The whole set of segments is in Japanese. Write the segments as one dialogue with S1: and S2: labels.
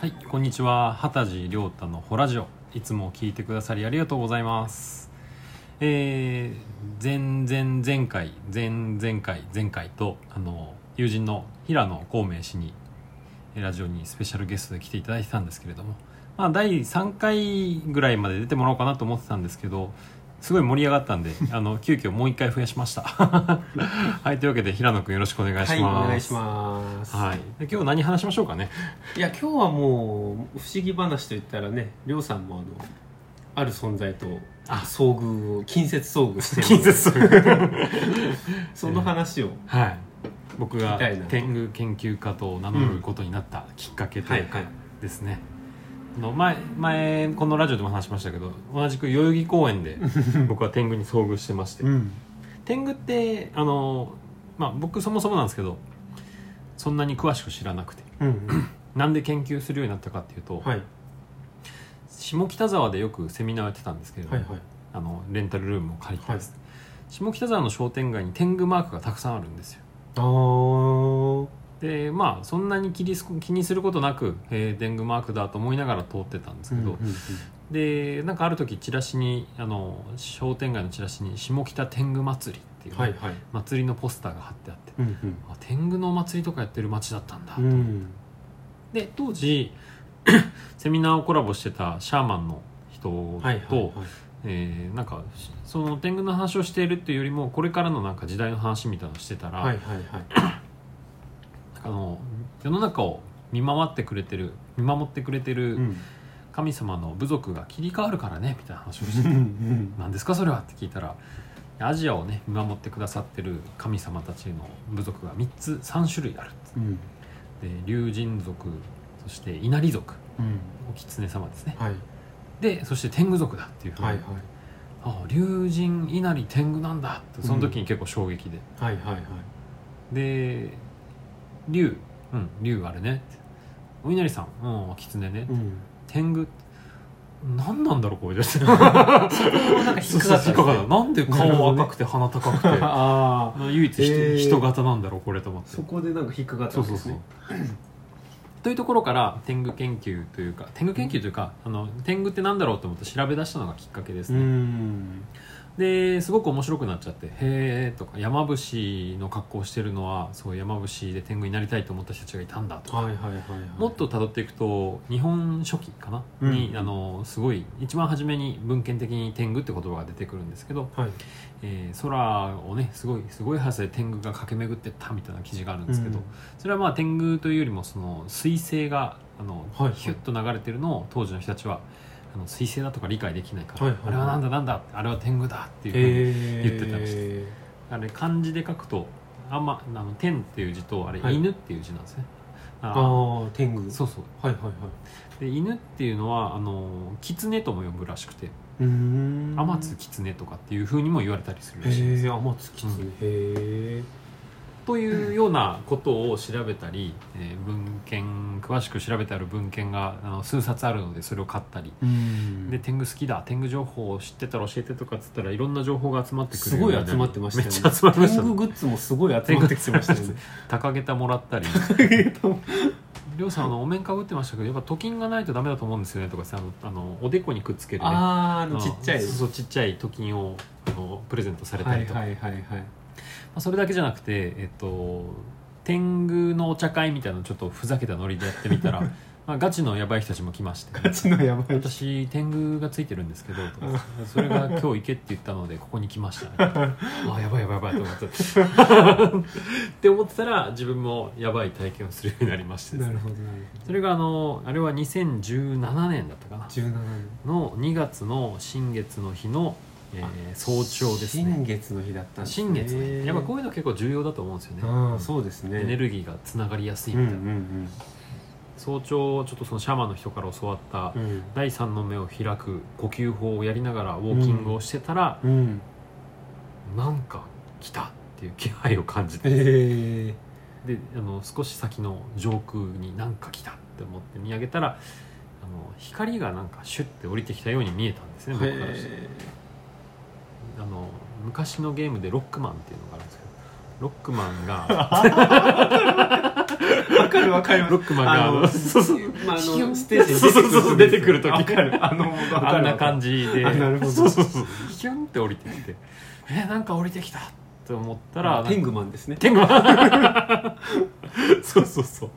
S1: はいこんにちは畑地亮太のホラジオいつも聞いてくださりありがとうございますえー、前前前回前々回前回とあの友人の平野孔明氏にえーラジオにスペシャルゲストで来ていただいてたんですけれどもまあ第3回ぐらいまで出てもらおうかなと思ってたんですけどすごい盛り上がったんで あの急遽もう一回増やし ましたはいというわけで平野君よろしくお願いします、
S2: はい、お願いします、
S1: はい、で今日何話しましょうかね
S2: い、や今日はもう不思議話といったらねりょうさんもあのある存在と
S1: あ
S2: 遭遇を 近接遭遇してる
S1: 近接
S2: その話を、
S1: はい僕が
S2: みたいな
S1: 天狗研究家と名乗ることになったきっかけと
S2: は
S1: いう
S2: い
S1: か
S2: はい
S1: ですね、あの前前このラジオでも話しましたけど同じく代々木公園で僕は天狗に遭遇してまして、
S2: ん
S1: 天狗ってあの、まあ、僕そもそもなんですけどそんなに詳しく知らなくて
S2: うん
S1: なんで研究するようになったかっていうと、
S2: はい
S1: 下北沢でよくセミナーをやってたんですけれども、
S2: はいはい
S1: あのレンタルルームを借りてです、下北沢の商店街に天狗マークがたくさんあるんですよ
S2: あー
S1: でまあそんなに気にす気にすることなく、えー、デングマークだと思いながら通ってたんですけど、でなんかある時チラシにあの商店街のチラシに「下北天狗祭り」っていう、
S2: はいはい
S1: 祭りのポスターが貼ってあって
S2: うんうん
S1: あ天狗のお祭りとかやってる街だったんだ、
S2: うん
S1: で当時 セミナーをコラボしてたシャーマンの人と、
S2: はいはいはい
S1: えーなんかその天狗の話をしているっていうよりもこれからのなんか時代の話みたいなのをしてたら、
S2: はいはいはい
S1: あの世の中を見守ってくれてる見守ってくれて
S2: う
S1: る
S2: ん
S1: 神様の部族が切り替わるからねみたいな話をし
S2: う
S1: て
S2: んうん
S1: 何ですかそれはって聞いたらアジアをね見守ってくださってる神様たちの部族が3つ3種類ある
S2: うん
S1: で龍神族そして稲荷族
S2: うん
S1: お狐様ですね
S2: はい
S1: でそして天狗族だっていうふうに、
S2: はいはい
S1: あ龍神稲荷天狗なんだってその時に結構衝撃で、
S2: はいはいはい
S1: で龍うん龍あれねお稲荷さんうんお狐ね、
S2: うん
S1: 天狗何なんだろうこ れですなん
S2: なんか引っかかったんですね
S1: なんで顔赤くて鼻高くて
S2: ああ
S1: 唯一人,、
S2: へー
S1: 人型なんだろうこれと思って
S2: そこでなんか引っかかった
S1: そ
S2: ん
S1: う
S2: です
S1: そ
S2: ね
S1: うそう というところから天狗研究というか天狗研究というか、あの天狗ってなんだろうと思って調べ出したのがきっかけです
S2: う
S1: ね、
S2: ん
S1: ですごく面白くなっちゃって「へーとか「山伏の格好をしてるのはそう山伏で天狗になりたいと思った人たちがいたんだ」とか
S2: はいはいはいはい
S1: もっと辿っていくと「日本書紀」かな、
S2: うん
S1: にあのすごい一番初めに文献的に天狗って言葉が出てくるんですけど、
S2: はい
S1: えー空をねすごいすごい速さで天狗が駆け巡ってったみたいな記事があるんですけど、
S2: うん
S1: それはまあ天狗というよりもその彗星があの、
S2: はいはい
S1: ヒュッと流れてるのを当時の人たちはあの彗星だとか理解できないから、
S2: はいはいはい
S1: あれはなんだなんだあれは天狗だっていうふうに
S2: え
S1: 言ってたりしてあれ漢字で書くとあんまあの天っていう字とあれ、
S2: はい
S1: 犬っていう字なんですね。
S2: あ
S1: あ
S2: あ天狗
S1: そうそう
S2: はいはいはい
S1: で犬っていうのはあの狐とも呼ぶらしくて
S2: うーん
S1: 天津狐とかっていうふうにも言われたりするらしいです、
S2: へえ天津きつ
S1: う
S2: ねへえ
S1: というようなことを調べたり、えー文献詳しく調べてある文献があの数冊あるのでそれを買ったり
S2: うん
S1: で天狗好きだ天狗情報を知ってたら教えてとかっつったらいろんな情報が集まってくる
S2: すごい集まってましたよ
S1: めっちゃ集まりました
S2: 天
S1: ね
S2: 狗グッズもすごい集まってきてましたよね
S1: 高げたもらった り
S2: は
S1: りょうさんあのお面かぶってましたけどやっぱ頭巾がないとダメだと思うんですよねとかさあのあのおでこにくっつけるね
S2: あーあ
S1: あの
S2: のちっちゃい
S1: そうそうちっちゃい頭巾をあのプレゼントされた
S2: は
S1: り
S2: い
S1: とか、
S2: はいはいはい
S1: まあ、それだけじゃなくて、えっと、天狗のお茶会みたいなのちょっとふざけたノリでやってみ たらまあガチのヤバい人たちも来まして
S2: ガチのやばい
S1: 私天狗がついてるんですけどとかそれが今日行けって言ったのでここに来ま した、あやばいやばいやばいと思ってって思ってたら自分もやばい体験をするようになりましてです
S2: な
S1: ね
S2: るほどなるほ
S1: そ
S2: ど
S1: れがあのあれは2017年だったかな
S2: 17年
S1: の2月の新月の日の、えー早朝です
S2: 新
S1: ね
S2: 月の日だったんです
S1: 新月ねやっぱこう
S2: う
S1: いうの結構重要だと思うんですよね
S2: ああそうですね
S1: エネルギーがつながりやすいみ
S2: う
S1: たい
S2: ん
S1: な、
S2: うん
S1: 早朝ちょっとそのシャーマンの人から教わった、
S2: うんうん
S1: 第三の目を開く呼吸法をやりながらウォーキングをしてたら、
S2: うん
S1: なんか来たっていう気配を感じて
S2: ええ
S1: であの少し先の上空になんか来たって思って見上げたらあの光がなんかシュッて降りてきたように見えたんですね僕からして
S2: へ
S1: あの昔のゲームでロックマンっていうのがあるんですけどロックマン が
S2: わかるわかる
S1: ロックマンが
S2: あの
S1: あのそうそう
S2: まあ、あ
S1: ヒュン
S2: のステージ
S1: そうそうそう
S2: に出てく
S1: 出てく
S2: る
S1: る時
S2: 時わかるあのわかる
S1: あんな感じで
S2: あなるほど
S1: そうそうそうヒュンって降りてきてえなんか降りてきたって思ったら
S2: テングマンですね
S1: 天狗はそうそうそう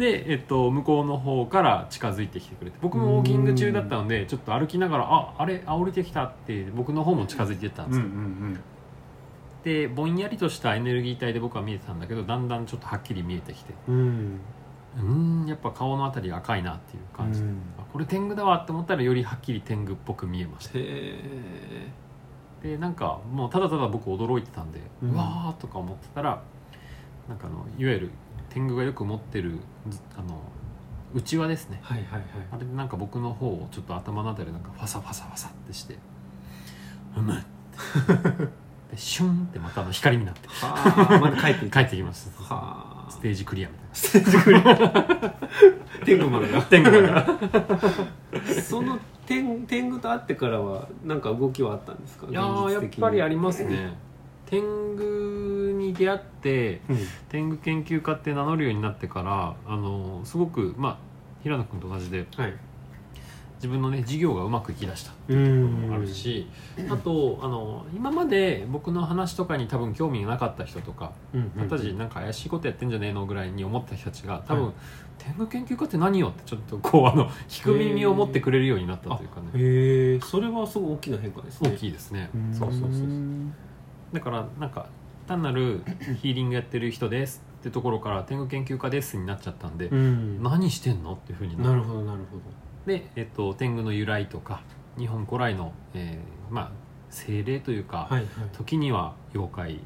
S1: で、えっと、向こうの方から近づいてきてくれて僕もウォーキング中だったのでちょっと歩きながらああれあ降りてきたって僕の方も近づいてったんですよ、
S2: ん
S1: でぼんやりとしたエネルギー体で僕は見えてたんだけどだんだんちょっとはっきり見えてきて
S2: うんうん
S1: うーんやっぱ顔のあたり赤いなっていう感じで、
S2: うん
S1: あこれ天狗だわって思ったらよりはっきり天狗っぽく見えました
S2: へえ
S1: でなんかもうただただ僕驚いてたんで、
S2: う
S1: うんわーとか思ってたらなんかあのいわゆる天狗がよく持ってるずあのうちわですね
S2: はいはいはい
S1: あれでなんか僕の方をちょっと頭のあたりでなんかファサファサファサってして「うむ」って でシュンってまたあの光になって
S2: はあまだ帰ってい
S1: 帰ってきました
S2: はあ
S1: ステージクリアみたいな
S2: ステージクリア天狗マンが
S1: 天狗が
S2: その天天狗と会ってからはなんか動きはあったんですか
S1: いやーやっぱりありますね天狗に出会って
S2: うん
S1: 天狗研究家って名乗るようになってからあのすごく、まあ、平野君と同じで
S2: はい
S1: 自分のね事業がうまくいきだした
S2: う
S1: あるし、あとあの今まで僕の話とかに多分興味がなかった人とか
S2: うん
S1: 「たちなんか怪しいことやってんじゃねえの?」ぐらいに思ってた人たちが多分、
S2: は
S1: 天狗研究家って何よ?」ってちょっとこうあの低耳を持ってくれるようになったというかね
S2: へえそれはすごい大きな変化ですね
S1: 大きいですね
S2: ん
S1: そうそうそうそうだからなんか単なるヒーリングやってる人ですってところから天狗研究家ですになっちゃったんで、
S2: うんな
S1: 何してんのっていうふうにな
S2: る
S1: る
S2: ほどなるほ
S1: で、えっと、天狗の由来とか日本古来の、えーまあ、精霊というか、
S2: どはいはい
S1: 時には妖怪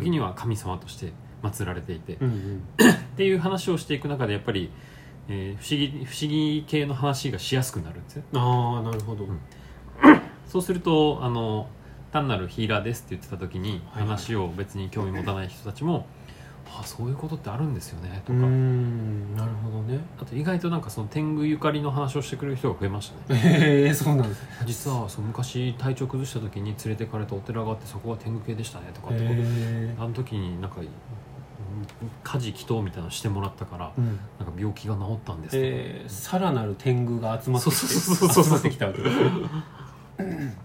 S1: 時には神様として祀られていて、
S2: う
S1: っ
S2: んうん
S1: ていう話をしていく中でやっぱり、えー不思議不思議系の話がしやすくなるんですよ
S2: ああなるほど
S1: うんそうするとあの単なるヒーラーですって言ってた時に
S2: はいはい
S1: 話を別に興味持たない人たちも「あそういうことってあるんですよね」と
S2: う
S1: か、
S2: んなるほどね
S1: あと意外となんかその天狗ゆかりの話をしてくれる人が増えましたね
S2: へえそうなんです
S1: 実はそう昔体調崩した時に連れてかれたお寺があってそこは天狗系でしたねとかってこと
S2: へ
S1: あの時になんかうん家事祈祷みたいなのしてもらったから
S2: え
S1: なんか病気が治ったんですとか
S2: えーさらなる天狗が集まってきて
S1: そうそうそうそう
S2: 集まってきたわけですね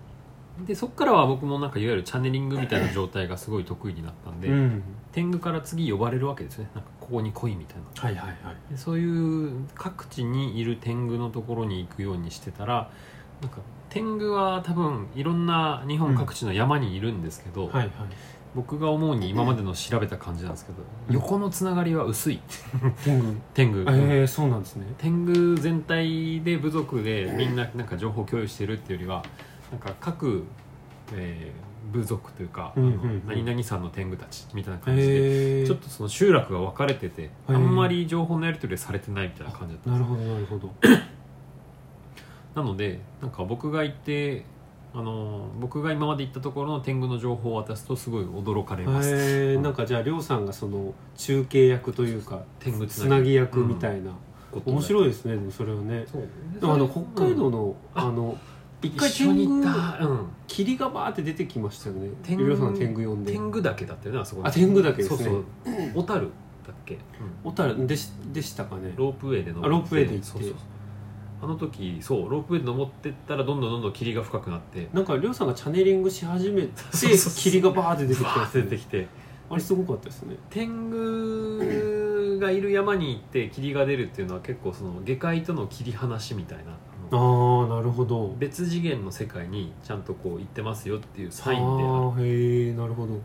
S1: でそっからは僕もなんかいわゆるチャネリングみたいな状態がすごい得意になったんで、
S2: うん
S1: 天狗から次呼ばれるわけですねなんかここに来いみたいな
S2: はいはいはい
S1: でそういう各地にいる天狗のところに行くようにしてたらなんか天狗は多分いろんな日本各地の山にいるんですけど、
S2: はいはい
S1: 僕が思うに今までの調べた感じなんですけど、
S2: うん
S1: 横のつながりは薄い
S2: 天狗
S1: 天狗、
S2: えー、そうなんですね
S1: 天狗全体で部族でみんななんか情報共有してるっていうよりはなんか各、えー部族というか、
S2: うんうんうん
S1: あの何々さんの天狗たちみたいな感じで、
S2: へえ
S1: ちょっとその集落が分かれてて、
S2: ー
S1: あんまり情報のやり取りはされてないみたいな感じだったん
S2: な
S1: です
S2: る
S1: よ
S2: ほどなるほど
S1: なのでなんか僕が行ってあの僕が今まで行ったところの天狗の情報を渡すとすごい驚かれます、
S2: えー、なんかじゃあ亮さんがその中継役というか
S1: 天狗
S2: つなぎ役みたいな、面
S1: い
S2: 白いですねでもそれはね
S1: そう
S2: でもあの北海道の、あの一回天
S1: 一緒に行
S2: 狗
S1: った、うん、
S2: 霧がバーって出てきましたよね
S1: 天狗
S2: 亮さんが天狗呼んで
S1: 天狗岳だったよねあそこ
S2: あ天狗岳ですね
S1: そうそう小樽だっけ、
S2: 小樽でしでしたかね
S1: ロープウェイで登って
S2: あロープウェイで行って
S1: そうそうそうあの時そうロープウェイで登ってったらどんどんどんどん霧が深くなって
S2: なんか亮さんがチャネリングし始めて
S1: そうそうそう
S2: 霧がバーって出てき
S1: バ
S2: た
S1: ー
S2: や
S1: っ
S2: つ
S1: て出てきて
S2: あれすごかったですね
S1: 天狗がいる山に行って霧が出るっていうのは結構その下界との切り離しみたいな
S2: ああなるほど
S1: 別次元の世界にちゃんとこう行ってますよっていうサイ
S2: あ
S1: ンである
S2: ーへえなるほど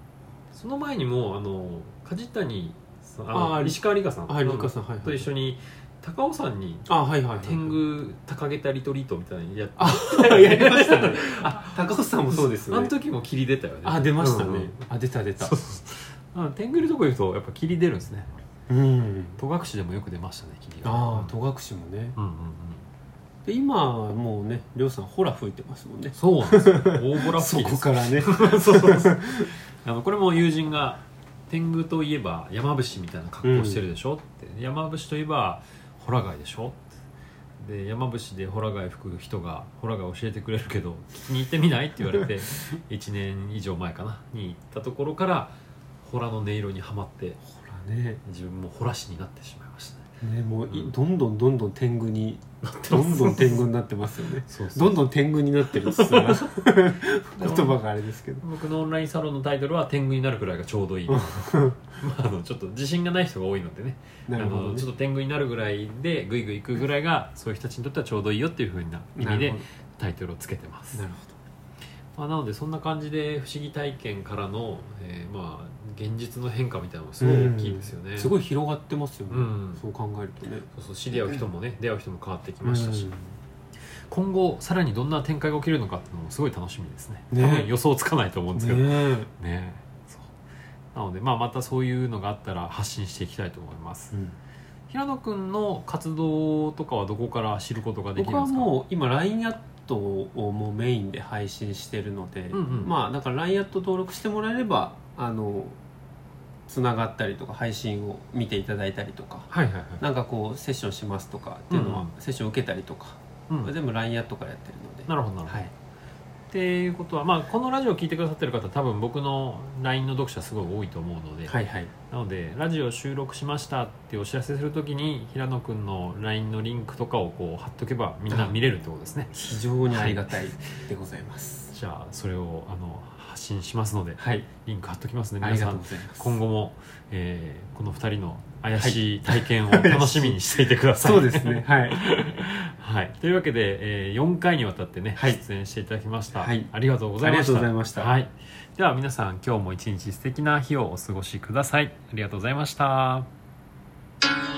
S1: その前にもあの梶谷さんあの
S2: あー
S1: 石川理香さん
S2: はいリカさんはい
S1: うんと一緒に高尾山に
S2: あはいはいはい
S1: 天狗高げたリトリートみたいなのやって
S2: やりましたねあ高尾さんもそうです ね
S1: あの時も霧出たよね
S2: あ出ましたね、
S1: うんうん
S2: あ出た出た
S1: そうあの天狗いるとこ行くとやっぱ霧出るんですね
S2: うん
S1: 戸隠でもよく出ましたね霧が
S2: ああ戸隠もね
S1: うんうんうん
S2: で今はもうねりょうさんほら吹いてますもんね
S1: そうなんです よ大ボラ
S2: そ
S1: 吹きで
S2: こ
S1: す
S2: からね
S1: そうそうそうあのこれも友人が天狗といえば山伏みたいな格好してるでしょって、山伏といえばホラ貝でしょってで山伏でホラ貝吹く人がホラ貝教えてくれるけど聞きに行ってみないって言われて1年以上前かなに行ったところからホラの音色にはまって
S2: ほらね
S1: 自分もホラ師になってしまいましたね
S2: ねもうい、
S1: うん
S2: どんどんどんどん天狗に
S1: なって
S2: ど
S1: ます
S2: んどん天狗になってますよね
S1: そうそう
S2: どんどん天狗になってるっす な言葉があれですけど
S1: 僕のオンラインサロンのタイトルは「天狗になるくらいがちょうど いい」まああのちょっと自信がない人が多いのでね
S2: なるほ
S1: あ
S2: ど
S1: の
S2: ね
S1: ちょっと天狗になるぐらいでグイグイ行くぐらいがそういう人たちにとってはちょうどいいよっていうふうな意味
S2: なる
S1: で
S2: ほ
S1: タイトルをつけてます
S2: ど
S1: な,、
S2: なる
S1: まあ、なのでそんな感じで不思議体験からの、えーまあ、現実の変化みたいなのがす
S2: ほ
S1: ご
S2: ど
S1: い大きいですよね、
S2: うんすごい広がってますよね、
S1: うん
S2: そう考えるとね
S1: そうそう知り合う人もね、出会う人も変わってきましたし、
S2: うん
S1: 今後さらにどんな展開が起きるのかっていうのもすごい楽しみですね
S2: ね
S1: 多分予想つかないと思うんですけどね
S2: ね
S1: そうなので、まあ、またそういうのがあったら発信していきたいと思います、
S2: え、うん
S1: 平野くんの活動とかはどこから知ることができ
S2: 僕
S1: るん
S2: は
S1: ですか
S2: もう今 LINE アットをもうメインで配信してるので、
S1: うんうん
S2: まあだから LINE アット登録してもらえればあのつながったりとか配信を見ていただいたりとか
S1: はいはいはい、
S2: なんかこうセッションしますとかっていうのは、
S1: うん
S2: セッション受けたりとか、
S1: うん
S2: 全部 LINE アットからやってるので
S1: なるほどなるほど、、
S2: はいい
S1: っていうことは、まあ、このラジオを聞いてくださってる方多分僕の LINE の読者すごい多いと思うので、
S2: はいはい
S1: なのでラジオ収録しましたってお知らせするときに平野くんの LINE のリンクとかをこう貼っとけばみんな見れるってことですね、
S2: 非常にありがたいでございます
S1: じゃあそれをあの発信しますので
S2: はい、
S1: リンク貼っときますね
S2: あ
S1: 皆
S2: り
S1: さ
S2: がとうんございます
S1: 今後も、えーこの2人の怪しい体験を楽しみにしていてください、
S2: そうですねはい
S1: はい、というわけで、えー、4回にわたってね、
S2: はい
S1: 出演していただきました、
S2: はい
S1: ありがとうございました
S2: ありがとうございました
S1: はい、では皆さん今日も一日素敵な日をお過ごしくださいありがとうございました
S3: 「